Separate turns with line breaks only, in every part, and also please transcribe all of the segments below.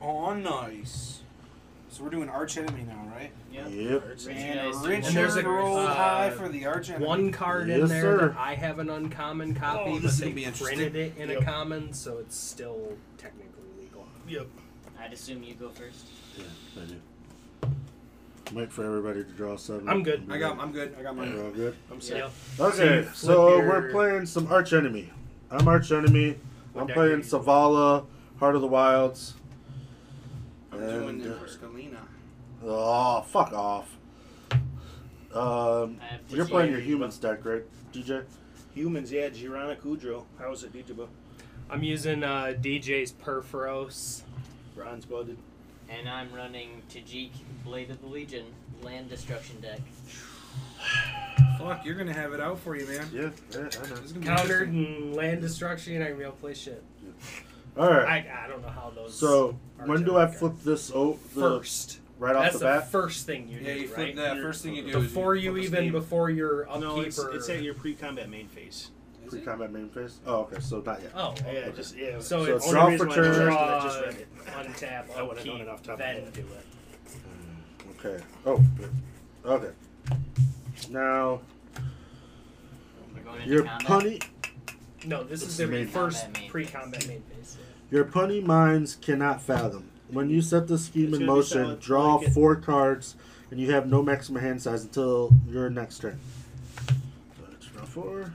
Oh, So we're doing Arch Enemy now, right?
Yep.
Yep.
And
Richard
Richard
And there's a,
rolled
uh,
high for the Arch Enemy.
One card
Yes,
in there
sir.
that I have an uncommon copy,
Oh,
but
this is
they
gonna be interesting.
printed it in
Yep.
a common, so it's still technically legal.
Yep.
I'd assume you go first.
Yeah, I do. Wait for everybody to draw seven.
I'm good.
We'll be
I got.
good.
I'm good. I got
You're
mine.
all good.
I'm
set.
set.
Yep. So you
Okay,
flip
so
your-
we're playing some arch enemy. I'm arch enemy.
What
I'm
deck are
playing
you?
Savala, Heart of the Wilds.
I'm
And,
doing
uh,
Neverscalina.
Oh, fuck off. Um,
I have
you're playing your
Digimon.
humans deck, right, DJ?
Humans, yeah, Girana Kudrow. How is it, Dituba?
I'm using uh, DJ's Perforos.
Bronze blooded.
And I'm running Tajik, Blade of the Legion, land destruction deck.
Fuck, you're gonna have it out for you, man.
Yeah, yeah, I know.
This is gonna be
Countered
interesting.
and land destruction, and I can go play shit.
All right.
I, I don't know how those.
So
are
when do I
generic.
flip this? Oh, the,
first?
right off
That's
the
the,
bat.
first thing you
Yeah,
do,
you flip
right?
that.
You're-
First thing you do is
Before you
flip a
even
steam.
before your upkeep
No, it's,
or
it's at your pre-combat main phase.
Is it?
Pre-combat main phase. Oh, okay. So not yet.
oh
Yeah,
okay.
just yeah.
So
So
it's
draw
only reason
for
why I did it
turn.
is 'cause I just read it.
untap,
I would've known
upkeep,
it off the top of my
then
head.
do it.
Okay. Oh. Okay. Now
We're going into
your
combat.
punny,
No, this
This
is
is
their
main-
first
Combat main
pre-combat main phase.
your punny minds cannot fathom. When you set the scheme
It's
in
gonna be
motion,
solid.
draw
Like it.
four cards, and you have no maximum hand size until your next turn. So it's Draw four.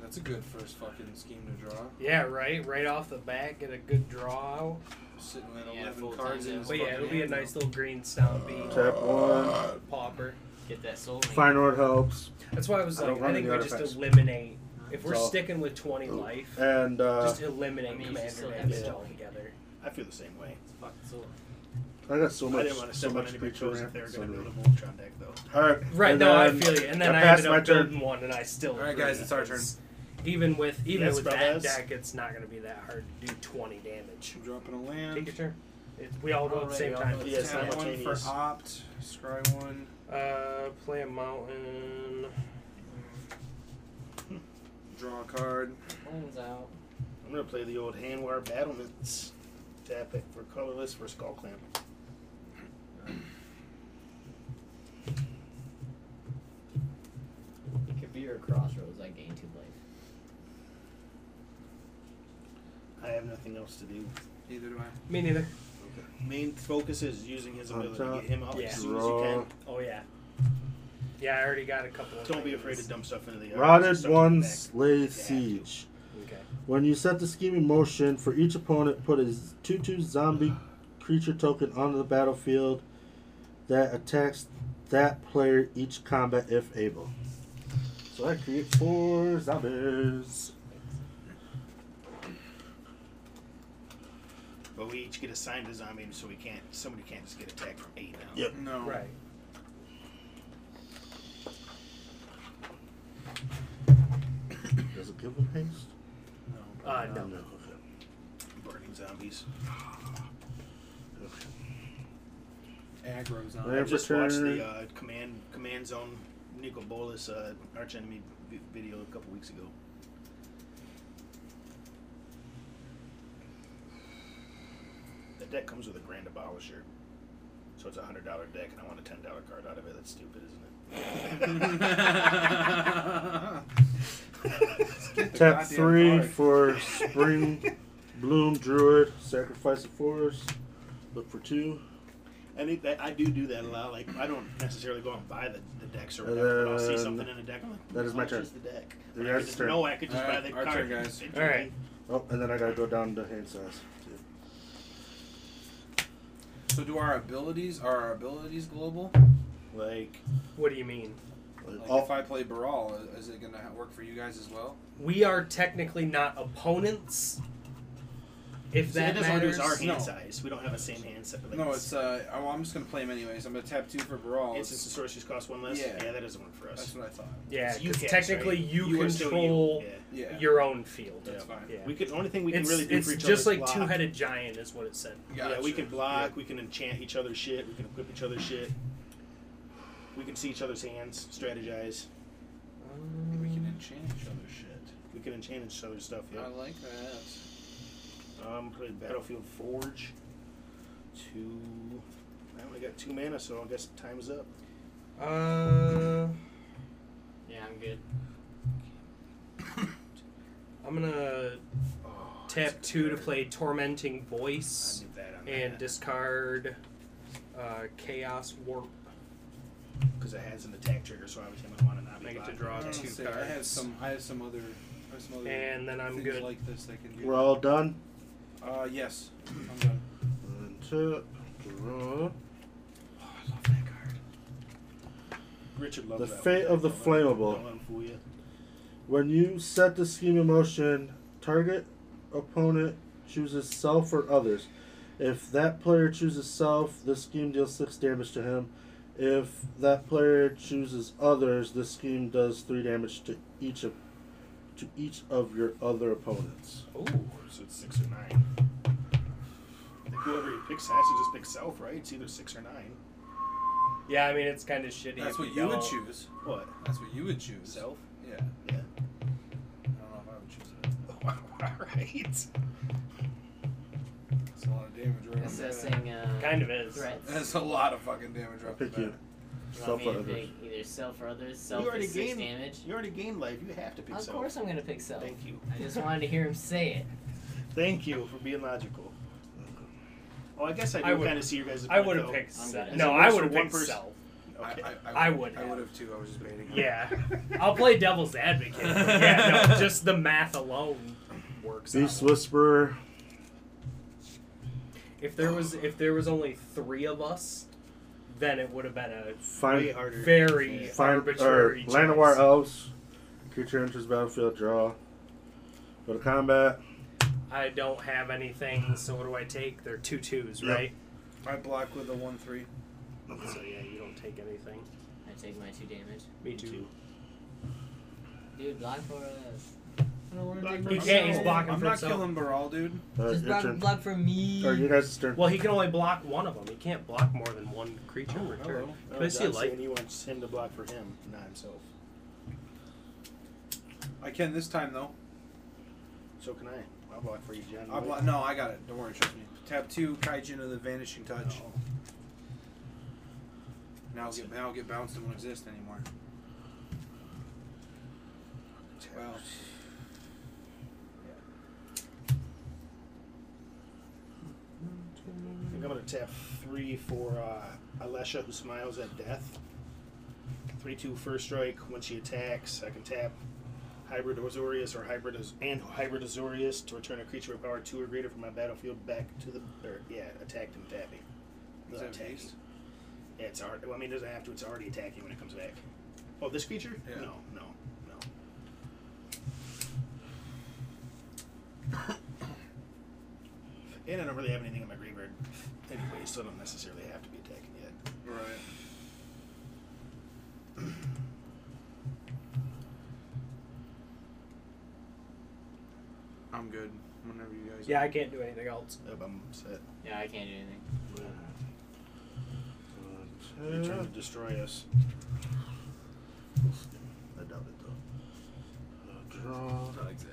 That's a good first fucking scheme to draw.
Yeah, right. Right off the bat, get a good draw. out.
Sitting at
Yeah,
11
full
cards
time
in
now.
his
But yeah,
fucking
it'll be a
hand
nice
now.
little green stompy
Tap one.
pauper.
Get that soul. ring.
Fine art helps.
That's why I was
I don't
like,
run
I think
any
we just
artifacts.
eliminate. If we're
So-
sticking with twenty life,
And uh,
just
I
eliminate
mean, you
commander
still have
damage
soul.
altogether.
I feel the same way.
Fuck soul.
I got so
I
much,
didn't want to
so
step on
much
anybody's
creature
toes if
ramp.
they were
so
going to build a
many-
Voltron deck, though.
All right.
Right,
and
no, I
then
feel you. And then
I
I,
passed
ended
my
up
turn.
building one, and I still.
All right, guys,
lose
it's our turn.
because Even with even
Yes,
with
brothers.
that deck, it's not going to be that hard to do twenty damage.
I'm dropping a
Take
land.
your turn. It, we all go at the
Alright,
same
I'll
time.
go
Yes,
tap one for
simultaneous.
opt. Scry one.
Uh, play a mountain.
Draw a card.
One's out.
I'm going to play the old Hanwar Battlements. Tap it for colorless for Skull Clamp.
It could be your crossroads. I gain two life.
I have nothing else to do.
Neither do I.
Me neither.
Main focus is using his
On
ability to
top.
get him out
Yeah.
as soon as you can.
Oh yeah. Yeah, I already got a couple. Of
Don't be
things.
afraid to dump stuff into the yard.
Rotted
Start
one
back.
slay
to
siege.
Okay.
When you set the scheme in motion, for each opponent, put a 2 2 zombie creature token onto the battlefield that attacks that player each combat if able. So I create four zombies.
But we each get assigned a zombie, so we can't. Somebody can't just get attacked from eight now.
Yep.
No.
Right.
Does it give them haste?
No.
Uh, no.
okay.
Burning zombies.
Okay.
Aggro
I
There-
zombie.
just watched
Return.
the uh, command command zone Nico Bolas uh, arch enemy vi- video a couple weeks ago. The deck comes with a grand abolisher, so it's a hundred dollar deck, and I want a ten dollar card out of it. That's stupid, isn't it?
The
Tap
goddamn
three
card.
for Spring Bloom Druid. Sacrifice a forest. Look for two.
I think that I do do that a lot. Like I don't necessarily go out and buy the, the decks or whatever, but I'll see
Um,
something in a deck. I'm like,
that is
"How
my
much
turn."
The deck.
The
But I could
guy's
just
turn.
know I could just
Alright,
buy the
our
card.
turn, guys.
It-
Alright.
Oh, and then I gotta go down to hand size.
So do our abilities? Are our abilities global?
Like
What do you mean?
Like
All-
if I play Baral, i- is it gonna ha- work for you guys as well?
We are technically not opponents. If
So
that
it doesn't wanna do
matters.
is our
No.
hand size. We don't have a same hand size.
No, it's uh. I- well, I'm just gonna play him anyways. I'm gonna tap two for Baral.
instance and sorceries cost one less.
Yeah.
that doesn't work for us.
That's what I thought.
Yeah,
It's you
'cause
guys,
technically
right?
you,
are still
control
you.
Yeah.
your own field.
that's fine.
Yeah.
Yeah. We could only thing we
it's
can really do
it's
for each
just
other
like
is block.
two-headed giant is what it said.
Yeah, we
Gotcha.
can block. We can enchant each other's shit. We can equip each other's shit. We can see each other's hands, strategize.
We can enchant each other's shit.
We can enchant each other's stuff. Yeah.
I like that.
Um, play Battlefield Forge. two. I only got two mana, so I guess time's up.
Uh,
Yeah, I'm good.
I'm gonna
Oh,
tap
that's
two to
good.
play Tormenting
I
Voice
did that on
and
that.
discard uh, Chaos Warp.
because it has an attack trigger, so obviously I'm gonna want to not be
I get to
bothered.
draw
I, don't
two
say- I have
cards.
some. I have some other. I have some other
And then I'm
things
good.
like this that can do.
We're all done.
Uh, yes. I'm done.
Untap, draw.
Oh, I love that card.
Richard loves
The
that
fate
one.
of the
Don't let him-
flammable.
Don't let him fool you.
When you set the scheme in motion, target opponent chooses self or others. If that player chooses self, this scheme deals six damage to him. If that player chooses others, this scheme does three damage to each of to each of your other opponents.
Ooh.
So it's six or nine. I think whoever he picks has to just pick self, right? It's either six or nine.
Yeah, I mean it's kind of shitty.
That's
if
what
we
you would
don't.
choose.
What?
That's what you would choose.
Self?
Yeah.
Yeah.
I don't know if I would choose it.
All right.
That's a lot of damage right off the bat.
Assessing uh,
Kind of is.
threats.
That's a lot of fucking damage right off the
Pick you.
bat.
You want
Self
me
or
to
others.
pick either self or others?
You
Self
already
is six
gained-
damage.
You already gained life. You have to pick
Of
self.
course, I'm gonna pick self.
Thank you.
I just wanted to hear him say it.
Thank you for being logical. Oh, I guess I
I
do
would-
kind of see your guys.
I
point,
would have
though.
picked.
I'm
Se-
good.
no,
Is it worse
I
for
would have
one
picked
person?
self.
Okay.
I would
I
have.
would have too. I was just baiting. her.
Yeah, I'll play devil's advocate. but yeah, no, just the math alone works.
Beast
out.
Whisperer.
If there was if there was only three of us, then it would have been a
Way
Find
harder.
very
Fire or
arbitrary. choice.
Llanowar Elves. Creature enters battlefield. Draw. Go to combat.
I don't have anything, so what do I take? They're two twos,
Yep.
right?
I block with a one three.
So yeah, you don't take anything.
I take my two damage.
Me
too.
too.
Dude, block for us.
I don't wanna
Block
take
for
my
himself.
shot.
Yeah, he's
blocking
Oh, I'm
for
not
himself.
killing Baral, dude.
All right,
just
your
block,
turn.
block for me.
Or you guys' turn.
Well, he can only block one of them. He can't block more than one creature in
Oh,
return.
hello.
Can I see a
John's
light?
saying He wants him to block for him, not himself.
I can this time though.
So can I? I'll block for you, John.
I block. No, I got it. Don't worry. Trust me. Tap two Kaijin of the Vanishing Touch. Now get now get bounced. It won't exist anymore. Well,
I think I'm gonna tap three for uh, Alesha, who smiles at death. Three two first strike. When she attacks, I can tap Hybrid Azorius or Hybrid Az- and Hybrid Azorius to return a creature with power two or greater from my battlefield back to the or, yeah attacked and tapping.
is
Not
that
attacking.
beast?
Yeah, it's already. Well, I mean, it doesn't have to. It's already attacking when it comes back. Oh, this creature?
Yeah.
No, no, no. and I don't really have anything in my graveyard anyway, so I don't necessarily have to be attacking yet.
Right. I'm good. Whenever you guys.
Yeah, I can't do anything else.
Nope, Oh, I'm set.
Yeah, I can't do anything.
You're trying
Uh,
to destroy us.
I doubt it though. Uh, Draw.
Not exactly.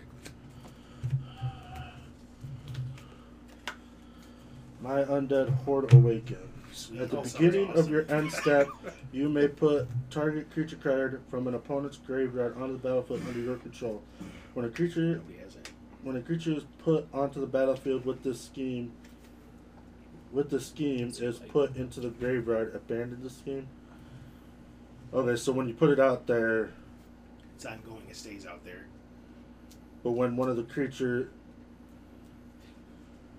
My undead horde awakens.
Sweet.
At the
Oh, sounds
beginning of
awesome.
your end step, you may put target creature card from an opponent's graveyard onto the battlefield under your control. When a creature
Nobody has it.
when a creature is put onto the battlefield with this scheme, with the scheme is put into the graveyard. Abandon the scheme. Okay, so when you put it out there,
It's ongoing. It stays out there.
But when one of the creature,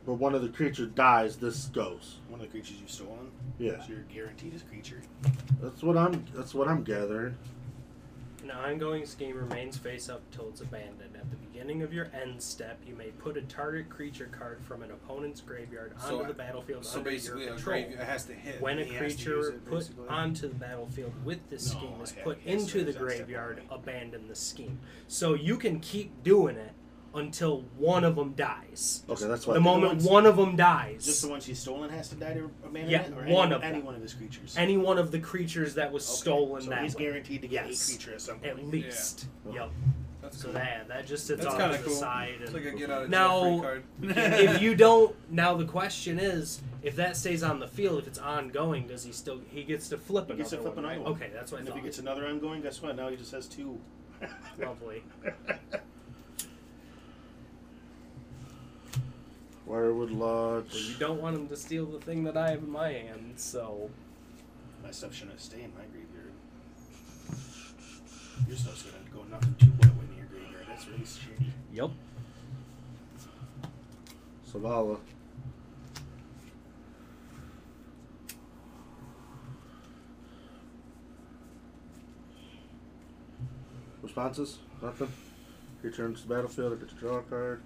but one of the creature dies, this goes.
One of the creatures you've stolen.
Yeah,
So you're guaranteed a creature.
that's what I'm. That's what I'm gathering.
An ongoing scheme remains face up till it's abandoned. At the beginning of your end step, you may put a target creature card from an opponent's graveyard onto
So- uh,
the battlefield
So
under
basically,
your
a
control.
grave it has to hit.
when a
He has to use
creature
it,
put
basically.
onto the battlefield with this
No,
scheme is
I have-
put
yes,
into the
there's that step
graveyard,
one.
abandon the scheme. So you can keep doing it until one of them dies.
Okay, that's what.
The
I-
moment
ones-
one of them
Just
dies,
the one she's stolen has to die to abandon
Yeah,
it, or
one
any,
of them.
any one of his creatures.
any one of the creatures that was
Okay,
stolen
so
that
he's
way,
guaranteed to get
Yes.
a creature at some point.
at least.
Yeah.
Yep.
That's
So
cool.
that that just sits
That's
off
kinda
to the
cool.
side.
It's
And
like a get out of jail free
Now-
card.
if you don't, now the question is, if that stays on the field, if it's ongoing, does he still he gets to flip
He
another
gets to flip
one?
another
right?
one.
Okay, that's what I
And if
thought.
he gets another ongoing, guess what? Now he just has two.
Lovely.
Wirewood
Well, you
Lodge.
don't want him to steal the thing that I have in my hand, so
My stuff shouldn't stay in my graveyard. Your stuff's gonna go nothing too well in your graveyard. That's really shitty.
yep.
Savala. Responses? Nothing. Returns to the battlefield. I get to draw a card.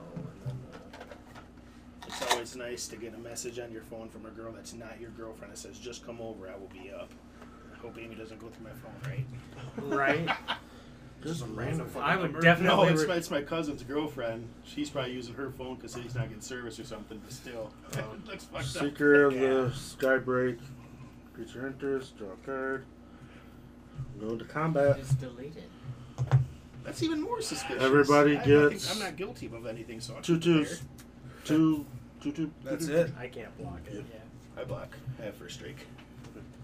Oh, and then
It's always nice to get a message on your phone from a girl that's not your girlfriend that says, "Just come over. I will be up." I hope Amy doesn't go through my phone, right?
the- right.
Just some random fucking
I would
number.
definitely
No, it's
re-
my, it's my cousin's girlfriend. She's probably using her phone because he's not getting service or something. But still, it looks fucked up.
Seeker of the Skybreak. Creature enters. Draw a card. Go into combat.
It's deleted.
That's even more suspicious.
Everybody
I- I
gets-
think I'm not guilty of anything, so I
Two
don't care.
twos. Two. Two two.
That's it.
I can't block it.
Yeah.
I block. I have first strike.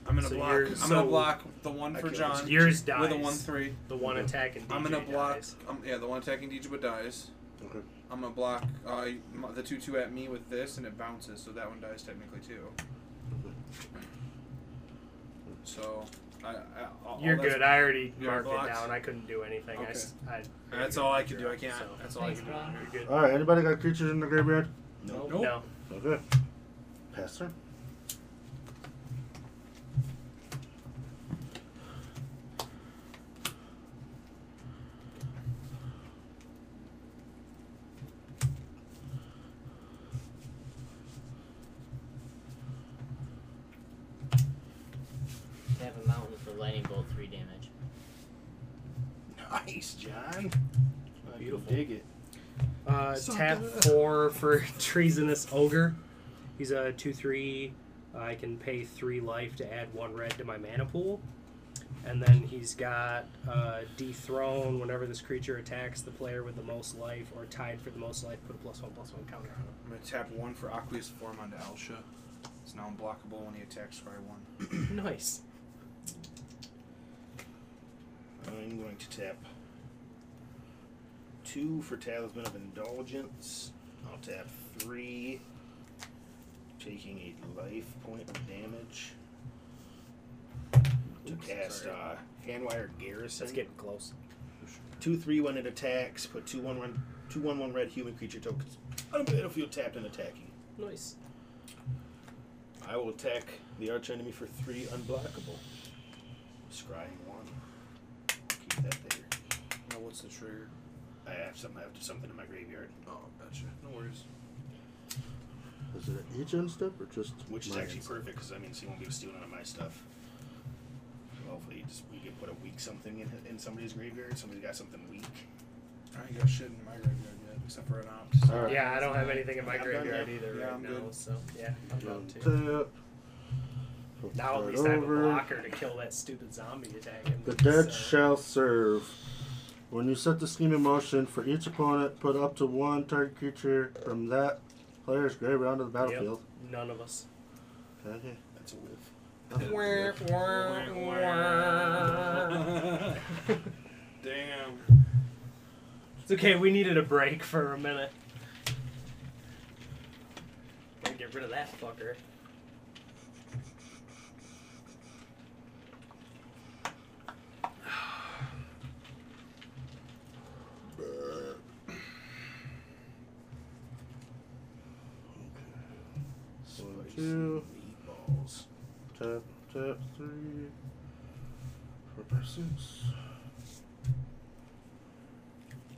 I'm gonna
So
block.
you're-
I'm
so-
gonna block the one
I
for
killed
John
Yours
with
dies.
a one three.
The one attack and DJ
I'm gonna block.
dies.
Um, yeah, the one attacking Dijibut dies.
Okay.
I'm gonna block uh, m- the two two at me with this, and it bounces, so that one dies technically too. So, I, I, all,
You're
all that's,
good. I already
You're
marked it
blocked.
down. I couldn't do anything. I s I
That's all I can do. I can't.
So-
That's all I
Thanks,
can do.
Ron.
You're good.
All right. Anybody got creatures in the graveyard?
Nope.
No.
Okay. Pass turn.
They have a mountain for lightning bolt three damage.
Nice, John. I
Beautiful.
Dig it.
Uh,
So
tap
good.
four for treasonous ogre. He's a two three. I can pay three life to add one red to my mana pool, and then he's got uh, dethrone. Whenever this creature attacks the player with the most life or tied for the most life, put a plus one plus one counter on him.
I'm gonna tap one for Aqueous Form onto Alsha. It's now unblockable when he attacks by one.
Nice.
I'm going to tap two for Talisman of Indulgence. I'll tap three, taking a life point of damage. To
Oops,
cast
sorry.
uh, Handwire Garrison.
That's getting close.
two three when it attacks. Put two one one two one one red human creature tokens on the battlefield tapped and attacking.
Nice.
I will attack the archenemy for three unblockable. Scrying one. Keep that there.
Now, what's the trigger?
I have some. I have something in my graveyard,
Oh, gotcha. No worries.
Is it an each end step or just
which is
my
actually
end?
perfect because that means he won't be stealing any of my stuff. So hopefully, he just we can put a weak something in, in somebody's graveyard. Somebody's got something weak.
I ain't got shit in my graveyard yet, except for an opt.
All right.
Yeah, I don't have anything in my
I'm done
graveyard
now.
either
Yeah,
right
I'm
now.
good.
So yeah, I'm done
Tap.
too.
Flip
Now
card
at least I have a
over.
blocker to kill that stupid zombie attacking.
The dead
so-
shall serve. When you set the scheme in motion, for each opponent, put up to one target creature from that player's graveyard onto the
Yep,
battlefield.
None of us.
Okay.
That's a whiff.
Nothing.
Uh,
Damn.
It's okay, we needed a break for a minute. Gotta get rid of that fucker.
One,
Spicy
two,
meatballs.
tap, tap, three, four, five, six.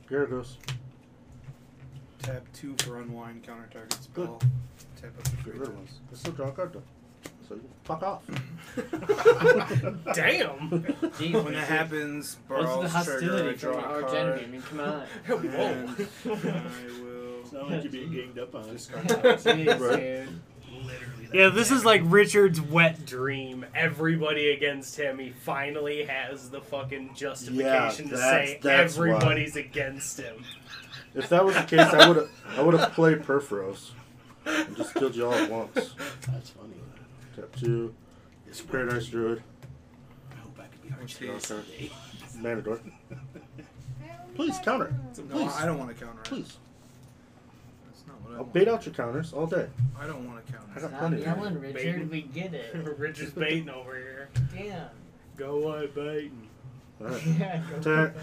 Gyarados.
Tap two for unwind counter target spell. Tap up the
Get rid of one. Let's still draw a card though. So you fuck off.
Damn.
When
Jeez,
that
what's
happens,
the
Burrow's trigger, I
hostility from
draw
our
a
Argentina? I
card.
mean, come on.
Whoa.
and I
It's
will
not like you're being ganged up on.
discard that.
Jeez,
Right.
dude.
Literally.
Yeah, this is like Richard's wet dream. Everybody against him. He finally has the fucking justification to
that's-
say
that's why.
everybody's against him.
If that was the case, I would have I would have played Perforos and just killed you all at once.
That's funny.
Tap two. It's Paradise Druid.
I hope I could be hard.
Okay.
Manador. Please counter.
No,
Please.
I don't want to counter. it.
Please.
That's not what I
I'll
want.
bait out your counters all day.
I don't want to counter.
I got
Stop
plenty. of
yelling,
them.
Richard. We get it.
Richard's baiting over here.
Damn.
Go away, baiting.
All right.
Yeah, go
Attack.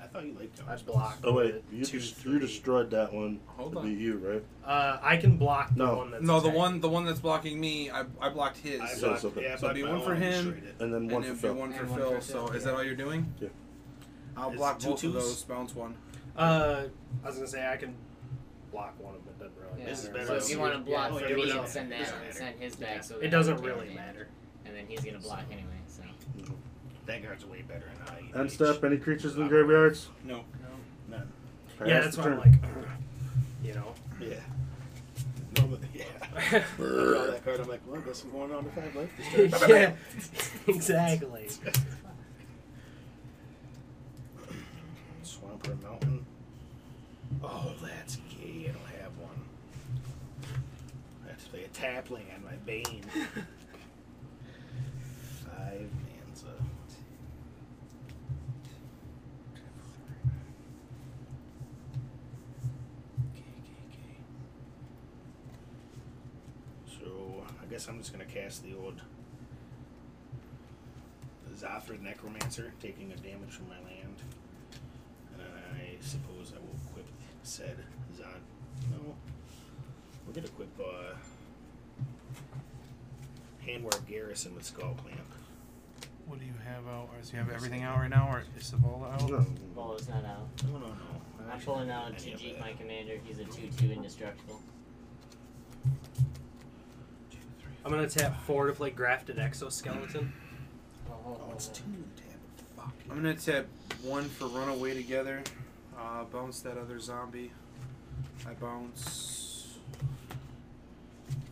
I thought you liked
I
counters.
block.
Oh wait, you,
Two,
just,
three.
you destroyed that one.
Hold
It'd
on.
be you, right?
Uh, I can block the
No.
one that's
No, the
attacking.
one, the one that's blocking me, I, I blocked his.
I
Yes,
blocked,
okay.
yeah, I
So
blocked
it'd be
my
one for him.
destroyed it.
And then
and
one
it'd
for
be
Phil.
one for
And one
Phil.
for
so
Phil,
is
yeah.
that all you're doing?
Yeah.
I'll
Is
block
two
both of
twos?
those. Bounce one.
Uh, I was gonna say I can block one of them. It doesn't really
Yeah.
matter.
This is
So
better.
if you want to block
Yeah,
for
it
me,
doesn't
and send that,
matter.
and send his back. So that
it doesn't
I can
really
take
matter.
advantage. And then he's gonna block anyway. So
That card's way better than I.
End step. Any creatures in the graveyards?
No.
None.
yeah,
Pass
that's
the
why I'm
turn.
like, you know.
Yeah. No, but, yeah. I draw that card. I'm like, well, I guess I'm going on to five life this turn.
yeah, exactly.
Swamp or mountain. Oh, that's gay. I don't have one. I have to play a tap land, my bane. Five man's up. Okay, okay, okay. So I guess I'm just gonna cast the old Zothra Necromancer, taking a damage from my land. And I suppose I will equip said Zod. No. We're gonna equip uh Handware Garrison with Skull Clamp.
What do you have out? Or do you have everything out right now, or is Savola
No.
well, it's not out.
No no no.
I'm pulling out
Any of
Tajik,
that.
my commander. He's a two-two indestructible.
Two, three.
I'm gonna tap four to play grafted exoskeleton.
Oh, it's two tab. Fuck.
I'm gonna tap one for Runaway Together. Uh, bounce that other zombie. I bounce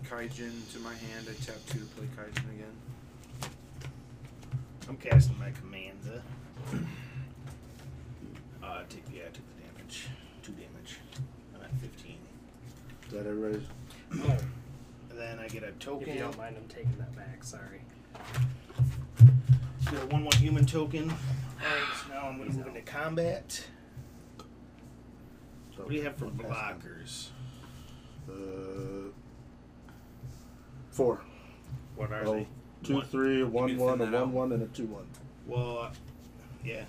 Kaijin to my hand. I tap two to play Kaijin again.
I'm casting my commander. Uh take yeah, I took the damage. Two damage. I'm at fifteen.
Is that everybody?
oh,
And then I get a
If
token.
you don't mind, I'm taking that back. Sorry.
Got a one one human token. Alright, so now I'm gonna move into combat.
So
What do you have for
one pass down.
blockers?
Uh, four.
What are
Oh,
they?
two,
One.
three, one,
thin
one, a
that out.
one, one, and a two, one.
Well, uh, yeah.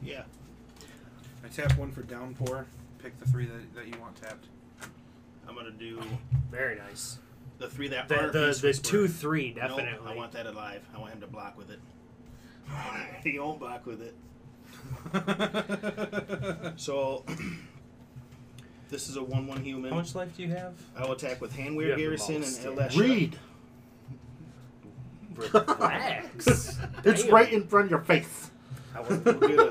Yeah.
I tap one for Downpour. Pick the three that, that you want tapped.
I'm gonna do
Very nice.
the three that
The
aren't.
the,
Beast
the
Whisperer.
two three
Nope,
definitely.
I want that alive. I want him to block with it. he won't block with it. So this is a one one human.
How much life do you have?
I will attack with
You
handwear
have the
garrison and
most.
Alesha.
Read.
Relax.
It's
Damn.
right in front of your face.
I wasn't-
We'll get a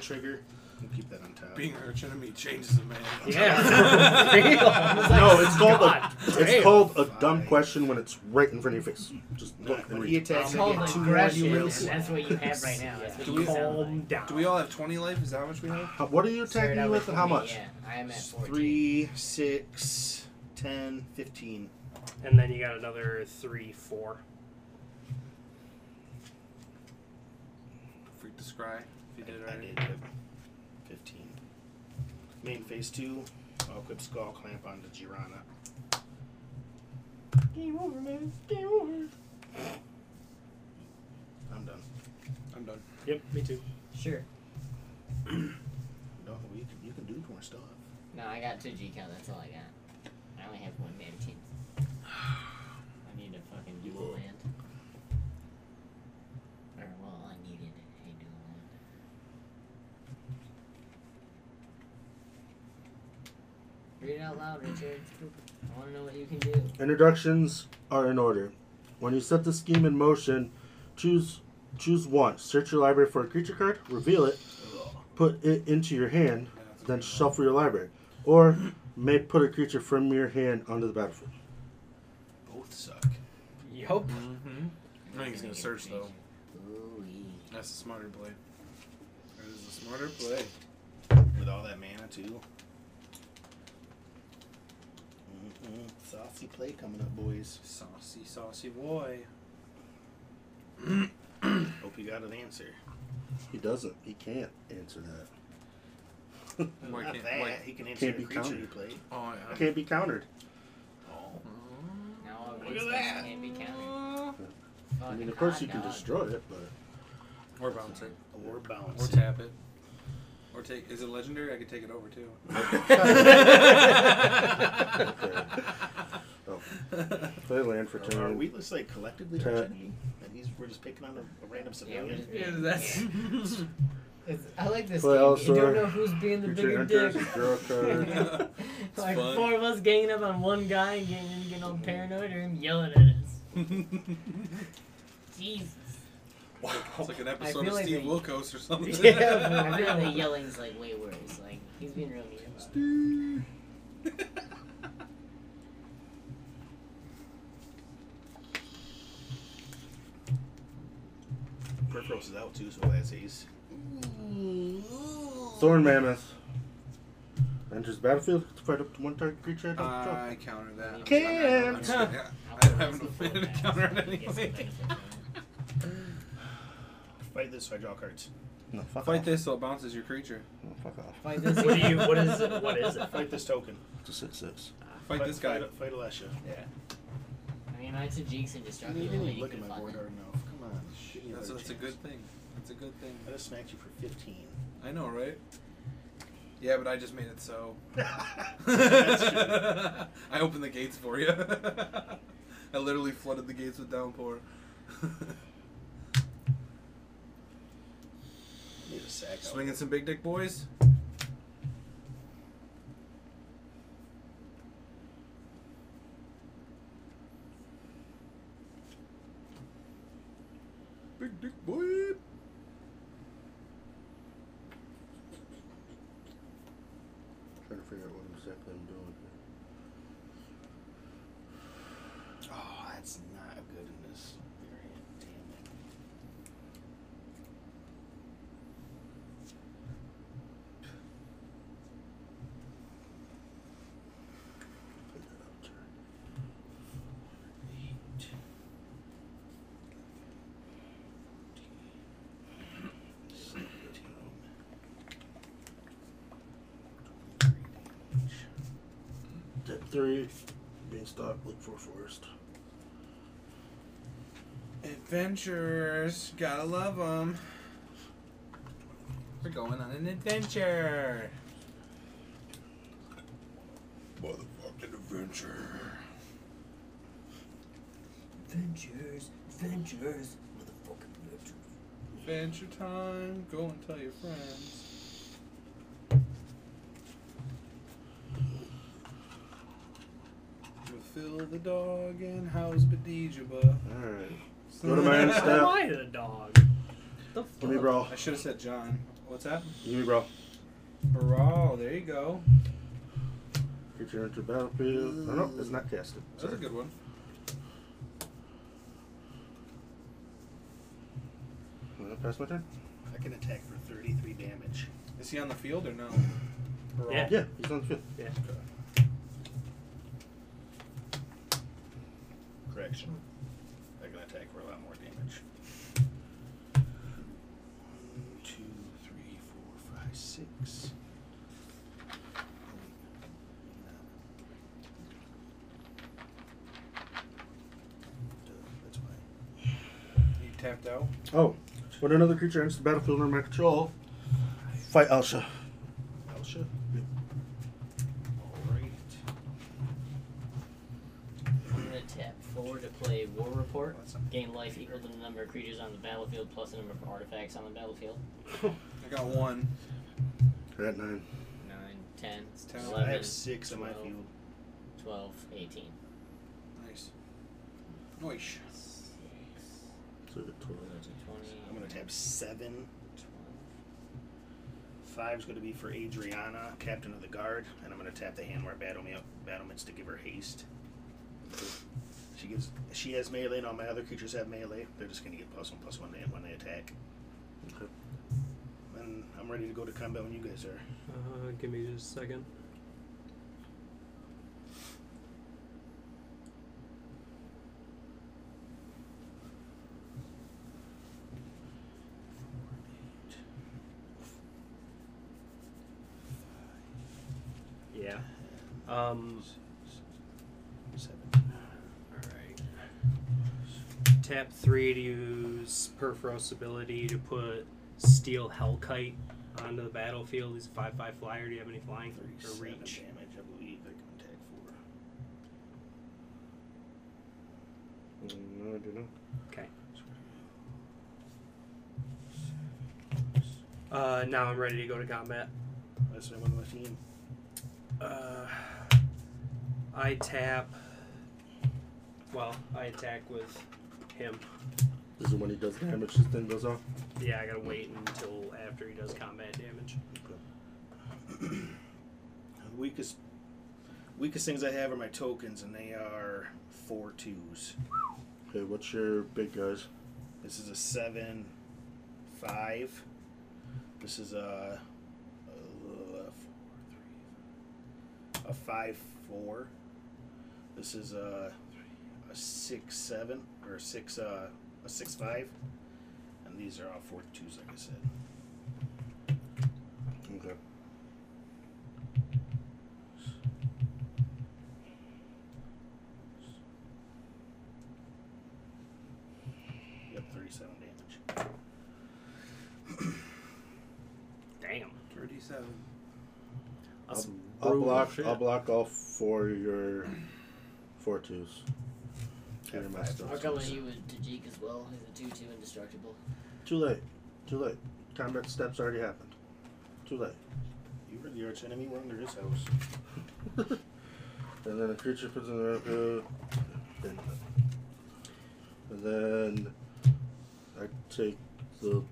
trigger. We'll keep that on top.
Being an archenemy changes a man.
Yeah. For real. I was like,
No, it's called a,
God damn.
it's called a dumb
Fine.
question when it's right in front of your face. Just
Nah,
look and
when he
read.
attacks, I
called
get two
aggression,
more
and
heals.
that's what you have right now. That's what
Do
you
we-
sound like.
Calm down.
Do we all have 20 life? Is that how much we have?
How- What are you
Started
attacking me
out
with, and how
20,
much?
Yeah, I am at 14.
Three, six, ten, fifteen.
And then you got another three four.
Freak the scry. If you did
I
already.
did have 15. Main phase 2, I'll equip Skull Clamp onto Girana.
Game over, man. Game over.
I'm done.
I'm done.
Yep, me too.
Sure.
No, you can, you can do more stuff.
No, I got two G count. That's all I got. I only have one man team. I need a fucking dual land. Or well, I needed a dual land. Read it out loud, Richard. I want to know what you can do.
Introductions are in order. When you set the scheme in motion, choose choose one. Search your library for a creature card, reveal it, put it into your hand, then shuffle your library. Or may put a creature from your hand onto the battlefield.
Both suck.
Yup.
Mm-hmm. I think he's gonna search, though.
Ooh-wee.
That's a smarter play. That is a smarter play.
With all that mana too. Mm-mm. Saucy play coming up, boys.
Saucy, saucy boy.
Hope you got an answer.
He doesn't. He can't answer that.
Why
Not
can't-
that.
why-
He can answer
Can't
the
be
creature
counted.
he played.
Oh, yeah.
Can't be countered.
Oh.
Now all of
Look
these
at
things
that.
Can't be counted.
I mean,
Fucking
of course
hot
you can
dog.
destroy it, but
Or bounce it.
Or bounce.
Or tap it. Or take. Is it legendary? I could take it over too.
oh, play land for
Or Are
turn.
we just like collectively
Turn.
judging? And he's, we're just picking on a, a random
Yeah, we're
civilian?
just
yeah,
being-
that's.
yeah. It's, I like this
Play
game.
also-
you don't know who's being the
Creature
bigger
enters,
dick.
draw a card.
like
fun.
four of us ganging up on one guy and getting him getting all paranoid or him yelling at us. Jesus.
Wow.
It's like an
I
episode
feel
of
like
Steve
they-
Wilkos or something.
I feel like the yelling's like way worse. Like he's being real mean. About it.
Peripherals is out too, so that's ace.
Thorn mammoth enters the battlefield to fight up to one target creature. I don't control.
I counter that.
Can't.
I'm just gonna-
I'll
I
put
don't have
this
no
before
plan to
that, so
counter
I
it
guess I'll
anyway.
benefit from it.
Fight this, so I draw cards.
No, fuck
Fight
off.
this so it bounces your creature.
No, fuck off.
Like, this-
What do you? What is it? What is it?
Fight this token.
It's a six six.
Fight this guy.
Fight, fight Alessia.
Yeah.
I mean, I said Jinx and
I
Destructo.
mean, you
but
didn't
you
look at
could've
my
fought
board
them.
hard enough. Come on. Shit, you
That's,
had
that's a
chance.
good thing. That's a good thing.
I just smacked you for 15.
I know, right? Yeah, but I just made it so.
That's true.
I opened the gates for you. I literally flooded the gates with downpour.
Need a sack. out.
Swinging some big dick boys. Big dick boy.
Trying to figure out what exactly I'm doing. here.
Oh, that's not good in this variant. Damn
Play that out turn.
it.
Deck three, beanstalk, look for forest.
Adventures, gotta love them. We're going on an adventure.
Motherfucking adventure.
Ventures, ventures, motherfucking ventures.
Adventure time. Go and tell your friends. Fulfill the dog and house Bedijaba.
Alright. Go to my end
Why am
step.
I the dog? The fuck?
Give me brawl.
I should have said John. What's up?
Give me brawl.
Brawl. There you go.
Creature enter battlefield. Oh, no, it's not casted.
That's a
Sorry.
good one.
I'm gonna pass my turn.
I can attack for 33 damage.
Is he on the field or no? Brawl.
Yeah.
Yeah, he's on the field.
Yeah.
Correction. I can attack for a lot more damage. One, two, three, four, five, six. Duh, that's why.
You tapped out.
Oh, when another creature enters the battlefield under my control, fight Elsha.
Elsha? Alright.
I'm gonna tap forward to play War Report.
That's not-
Gain life equal to the number of creatures on the battlefield plus the number of artifacts on the battlefield.
I got one.
You're at nine.
Nine, 10,
It's 10.
I
11,
have six in my
Twelve.
field.
12, 18.
Nice. Noish.
Six,
So the
so
12.
it's a 20,
I'm gonna tap seven.
12.
Five's gonna be for Adriana, captain of the guard, and I'm gonna tap the hand where battle me up battlements to give her haste. She gives she has melee and all my other creatures have melee. They're just gonna get plus one plus one to hit when they attack.
Okay.
And I'm ready to go to combat when you guys are.
Uh, give me just a second. Yeah. Um,
Seven.
Alright. Tap three to use Perforos ability to put Steel Hellkite onto the battlefield. He's a 5 5 flyer. Do you have any flying or
Thirty-seven
reach?
damage, I believe. I can attack four.
No, Mm, I do not.
Okay. Uh, now I'm ready to go to combat.
That's what I want my team.
Uh, I tap. Well, I attack with him.
This is when he does damage. This thing goes off.
Yeah, I gotta wait until after he does combat damage.
The weakest weakest things I have are my tokens, and they are four twos.
Okay, what's your big guys?
This is a seven, five. This is a a, a five four. This is a a six seven or a six uh, a six five, and these are all four twos, like I said.
Okay.
Yep, thirty-seven damage.
Damn.
37.
I'll,
That's
I'll
brutal
block.
shit.
I'll block all four of your four twos. You're my
five.
stuff.
I'll go with you with Tajik as well. He's a 2 2 indestructible.
Too late. Too late. Combat steps already happened. Too late.
You were the arch enemy. We're under his house.
And then a creature puts in the record. And and then I take the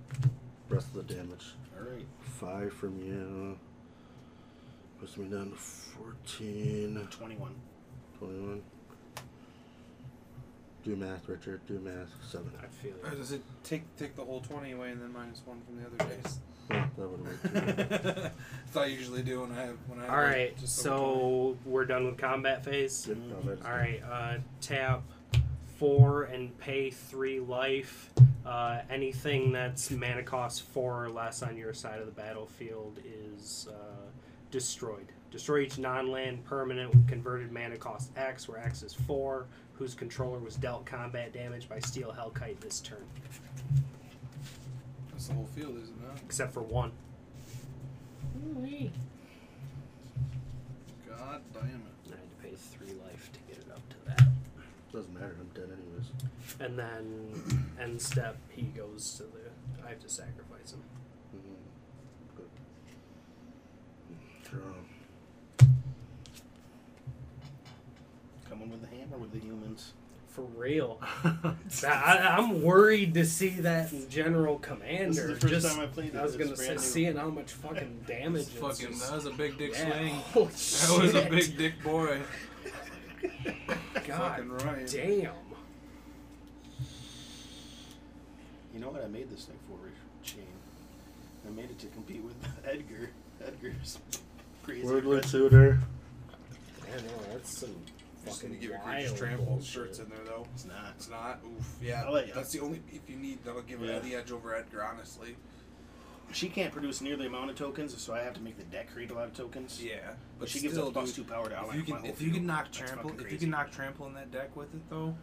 rest of the damage.
All right.
Five from you. Puts me down to 14.
21.
21. Do math, Richard. Do math. Seven.
I feel
Or
it.
Uh, does it take take the whole 20 away and then minus one from the other dice?
Yeah, that would have worked. too.
That's what I usually do when I have when I. have,
All
like,
right,
just over 20.
so we're done with combat phase.
Good combat.
All right, uh, tap four and pay three life. Uh, anything that's mana cost four or less on your side of the battlefield is uh, destroyed. Destroy each non-land permanent with converted mana cost X, where X is four, whose controller was dealt combat damage by Steel Hellkite this turn,
That's the whole field, is it not?
except for one.
Ooh-wee.
God damn it.
I had to pay three life to get it up to that.
Doesn't matter. I'm dead anyways.
And then end step, he goes to the. I have to sacrifice him.
Mhm. Good. Draw.
Coming with the hammer with the humans.
For real. I, I'm worried to see that in General Commander.
This is the first
Just-
time I played it.
I was
It's
gonna say,
brand new.
seeing how much fucking damage.
That's
it's
fucking,
just-
that was a big dick
yeah.
swing.
Holy
That was a
shit.
big dick boy. fucking
God
right.
damn.
You know what I made this thing for, Shane? I made it to compete with Edgar. Edgar's crazy.
Wordly
aggressive.
tutor.
I know oh, that's some
Just
fucking
need to give your creatures
wild
trample
bullshit.
shirts in there though.
It's not.
It's not. Oof. Yeah.
I'll let you-
That's the only if you need that'll give
Yeah.
it the edge over Edgar. Honestly.
She can't produce nearly the amount of tokens, so I have to make the deck create a lot of tokens.
Yeah.
But she gives
still,
up plus two
dude,
power to
If
outline
you
my
can
whole
if you can
field.
knock
That's
trample
fucking
if you
crazy.
can knock trample in that deck with it though,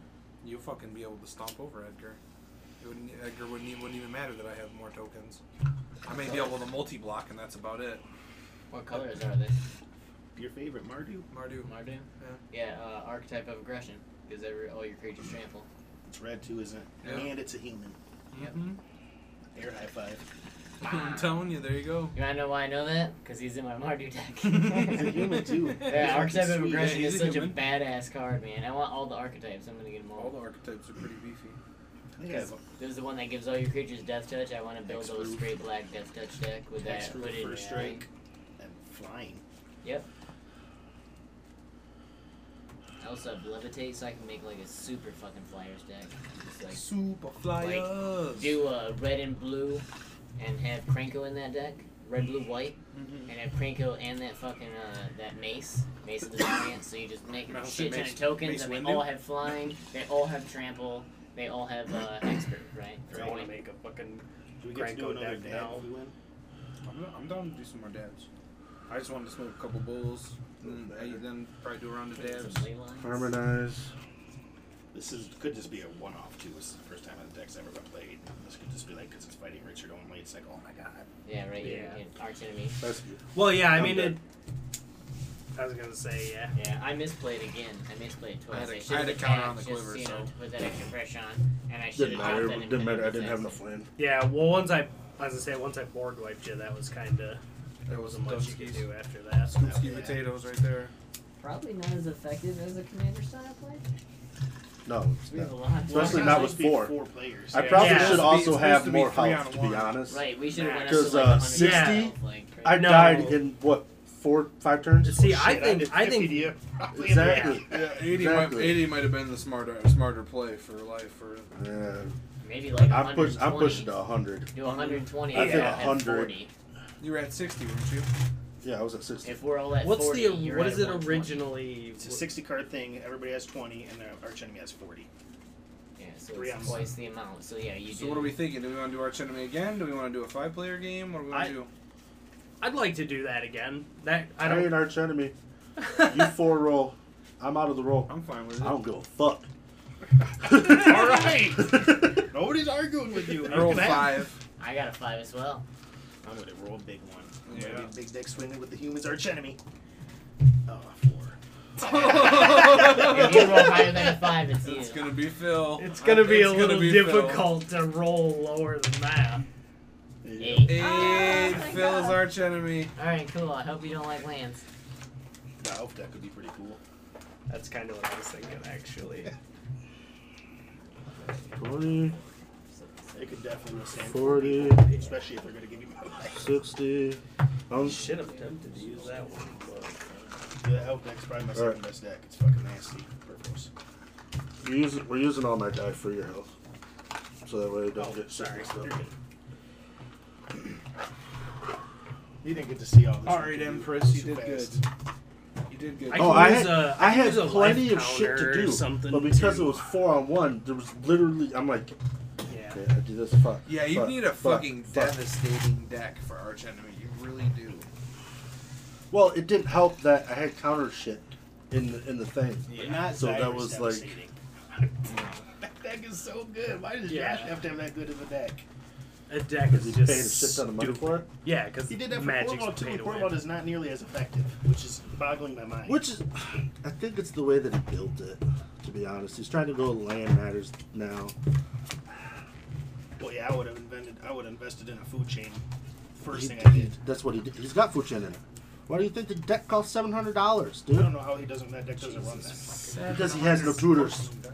you'll fucking be able to stomp over Edgar. It wouldn't Edgar wouldn't even, wouldn't even matter that I have more tokens. I may be able to multi block and that's about it.
What colors are they?
Your favorite, Mardu?
Mardu.
Mardu? Yeah, uh, archetype of aggression. Because every all your creatures trample.
It's red too, isn't it?
Yeah.
And it's a human.
Yep.
Mhm.
Air high five.
I'm telling you, Mm-hmm. there you go.
You wanna know why I know that? Because he's in my Mardu deck.
He's
a human, too.
Yeah,
He's
Archetype
fucking
of
sweet.
Aggression
Yeah,
is
he's a
such a
human.
badass card, man. I want all the archetypes. I'm gonna get them all.
All the archetypes are pretty beefy.
I think I have a
This is the one that gives all your creatures death touch. I want to build those
Hexproof.
straight black death touch deck with that.
extra
Put it in
first
there,
strike
right?
and flying.
I also have levitate, so I can make like a super fucking flyers deck. Just like
Super flyers.
do uh, red and blue, and have Kranko in that deck. Red, blue, white,
Mhm.
and have Kranko and that fucking uh, that mace, mace of the giant. So you just make a
Mouse
shit
and
ton
mace-
of tokens,
mace
and they
windu?
all have flying. They all have trample. They all have uh, expert, right? For
I want to
white.
make a fucking.
Do we get to do
Cranko
another
deck
dab
now.
if we win?
I'm, I'm down to do some more dabs. I just wanted to smoke a couple bowls, and then- then probably do a round of
Mm. Some
dabs.
blue lines.
Harmonize.
This is could just be a one-off too. This is the first time the deck's ever been played. This could just be like because it's fighting Richard only. It's like oh my god.
Yeah, right. Your,
Yeah.
your arch enemy.
That's
Well, yeah, I
I'm
mean, it,
good.
I was going to say, yeah.
Yeah, I misplayed again. I misplayed
I had
twice.
a-
I,
I
should
had
have
a counter on the
attacked,
quiver,
just, you know,
so-
to put that extra pressure on, and I should
didn't
have
matter.
dropped that. in
Didn't matter. I didn't have
defense.
enough land.
Yeah, well, once I, as I said, once I board wiped you, that was kind of. There
That
wasn't
was
much you could
Dubski's.
do after that.
Scoopski
Yeah.
potatoes right there.
Probably not as effective as a commander style play.
No, it's
We have
not.
a lot.
Especially
Well,
not
it's
with
supposed to be
four.
Four players.
I
Yeah.
probably
Yeah.
should
It's
also
supposed
have
to be
more
three
health,
on
to be
one.
honest.
Right, we should have went up
Because,
to like
uh,
100
Yeah.
health, like, right?
I
No.
died in what four, five turns. Oh,
See,
Shit,
I
did
think I
50
think
to you. Probably
Exactly.
Yeah, 80,
Exactly.
might, 80 might have been the smarter smarter play for life. For
Yeah,
maybe like
I'm push. I'm
120.
pushing to hundred.
Do 120.
I
if
think
we're at
100.
40.
you were at 60, weren't you?
Yeah, I was at sixty.
If we're all at
What's
40,
the
you're
what
at
is it
120.
originally?
It's a sixty-card thing. Everybody has twenty, and the arch enemy has forty.
Yeah, so
Three
it's
on
twice the amount. So yeah, you
So
do.
what are we thinking? Do we want to do Arch Enemy again? Do we want to do a five player game? What do we want
I-
to do?
I'd like to do that again. That I
I ain't
don't.
arch enemy. You four roll. I'm out of the roll.
I'm fine with
I
it.
don't give a fuck.
All right. Nobody's arguing with you.
Roll
Look at that.
five.
I got a five as well.
I'm gonna roll a big one. I'm
Yeah.
gonna be big dick swinging with the humans arch enemy. Oh, four.
if you roll higher than a five, it's you.
It's gonna be Phil.
It's gonna be
It's
a
gonna
little
be Phil.
difficult to roll lower than that.
Eight.
Hey,
Ah, thank
Phil is
God.
Arch Enemy.
All right, cool. I hope you don't like lands.
The elf deck would be pretty cool.
That's kind of what I was thinking, actually.
Twenty,
It could definitely withstand
forty,
especially if they're gonna give you my life.
sixty. I'm
Shit, I'm tempted to use that one.
The elf deck's probably my second
Alright.
best deck. It's fucking nasty. Purples.
we're using, we're using all my die for your health, so that way I don't
Oh,
get sick
sorry.
and stuff.
You're good. You didn't get to see all this.
All right,
You
Empress, you
were
did
too
good.
fast.
You did good.
I
Oh,
could
I
use
had,
a- I
I
could
had
use a
plenty
life
of shit to
counter or
do,
something
but because
to-
it was four on one, there was literally I'm like,
Yeah.
okay, I do this. Fuck.
Yeah, you
fuck,
need a
fuck,
fucking
fuck.
devastating deck for Arch Enemy. You really do.
Well, it didn't help that I had counter shit in the in the thing.
But not
So that
Zyrus
was
devastating. that deck is so good. Why does
Yeah.
Josh have to have that good of a deck?
A deck
Because
is
he
just
paid a shit ton of money
stupid.
for it.
Yeah, because
He did that for
magic's
Cornwall too.
pay
and
to
Cornwall
win.
is not nearly as effective, which is boggling my mind.
Which is, I think it's the way that he built it. To be honest, he's trying to go land matters now.
Well, yeah, I would have invented. I would have invested in a food chain. First
He-
thing I
he-
did.
that's what he did. He's got Fuchin in it. Why do you think the deck costs seven hundred dollars,
I don't
dude?
know how he doesn't. That deck doesn't run that.
Because he has no tutors.
$700.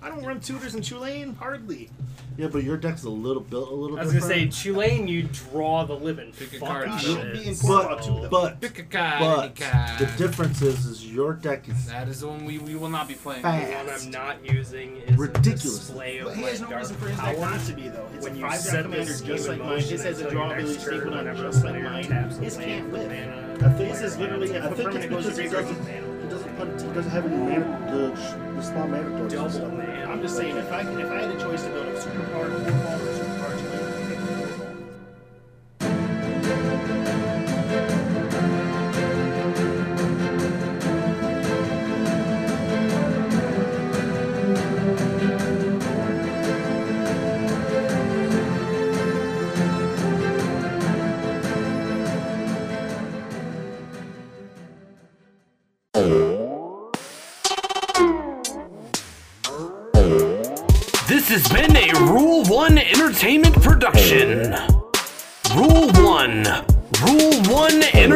I don't run tutors in Tulane hardly.
Yeah, but your deck's a little built a little.
I was gonna
different.
say Tulane, you draw the living
Pick a
fuck
card.
out of
You'll
it,
be in Cornwall, too,
so-
though.
But
Pick a card,
but
any card.
the difference is is your deck is
That is the one we, we will not be playing.
The
fast.
one I'm not using is
Ridiculous.
a display of
But he
my
has no
dark
reason for his
power.
deck not to be though. It's
when
a
you
five
set
deck
the
commander
scheme
just
in
like mine.
motion
His has a
until
draw
your next
ability
turn,
stapled on it
whenever
just
a
like
player
mine.
taps a
His
land
can't
for
live.
mana,
I think
His
it's
is literally
I
a
think it's
permanent goes
because
to
he
graveyard.
doesn't, he doesn't put it doesn't have any mana the, sh- the small mana doors and
double
stuff.
man.
I'm just saying, if I if I had a choice to build a super power four ball or a super power Tulane,
This has been a Rule One Entertainment production. Rule 1. Rule 1 is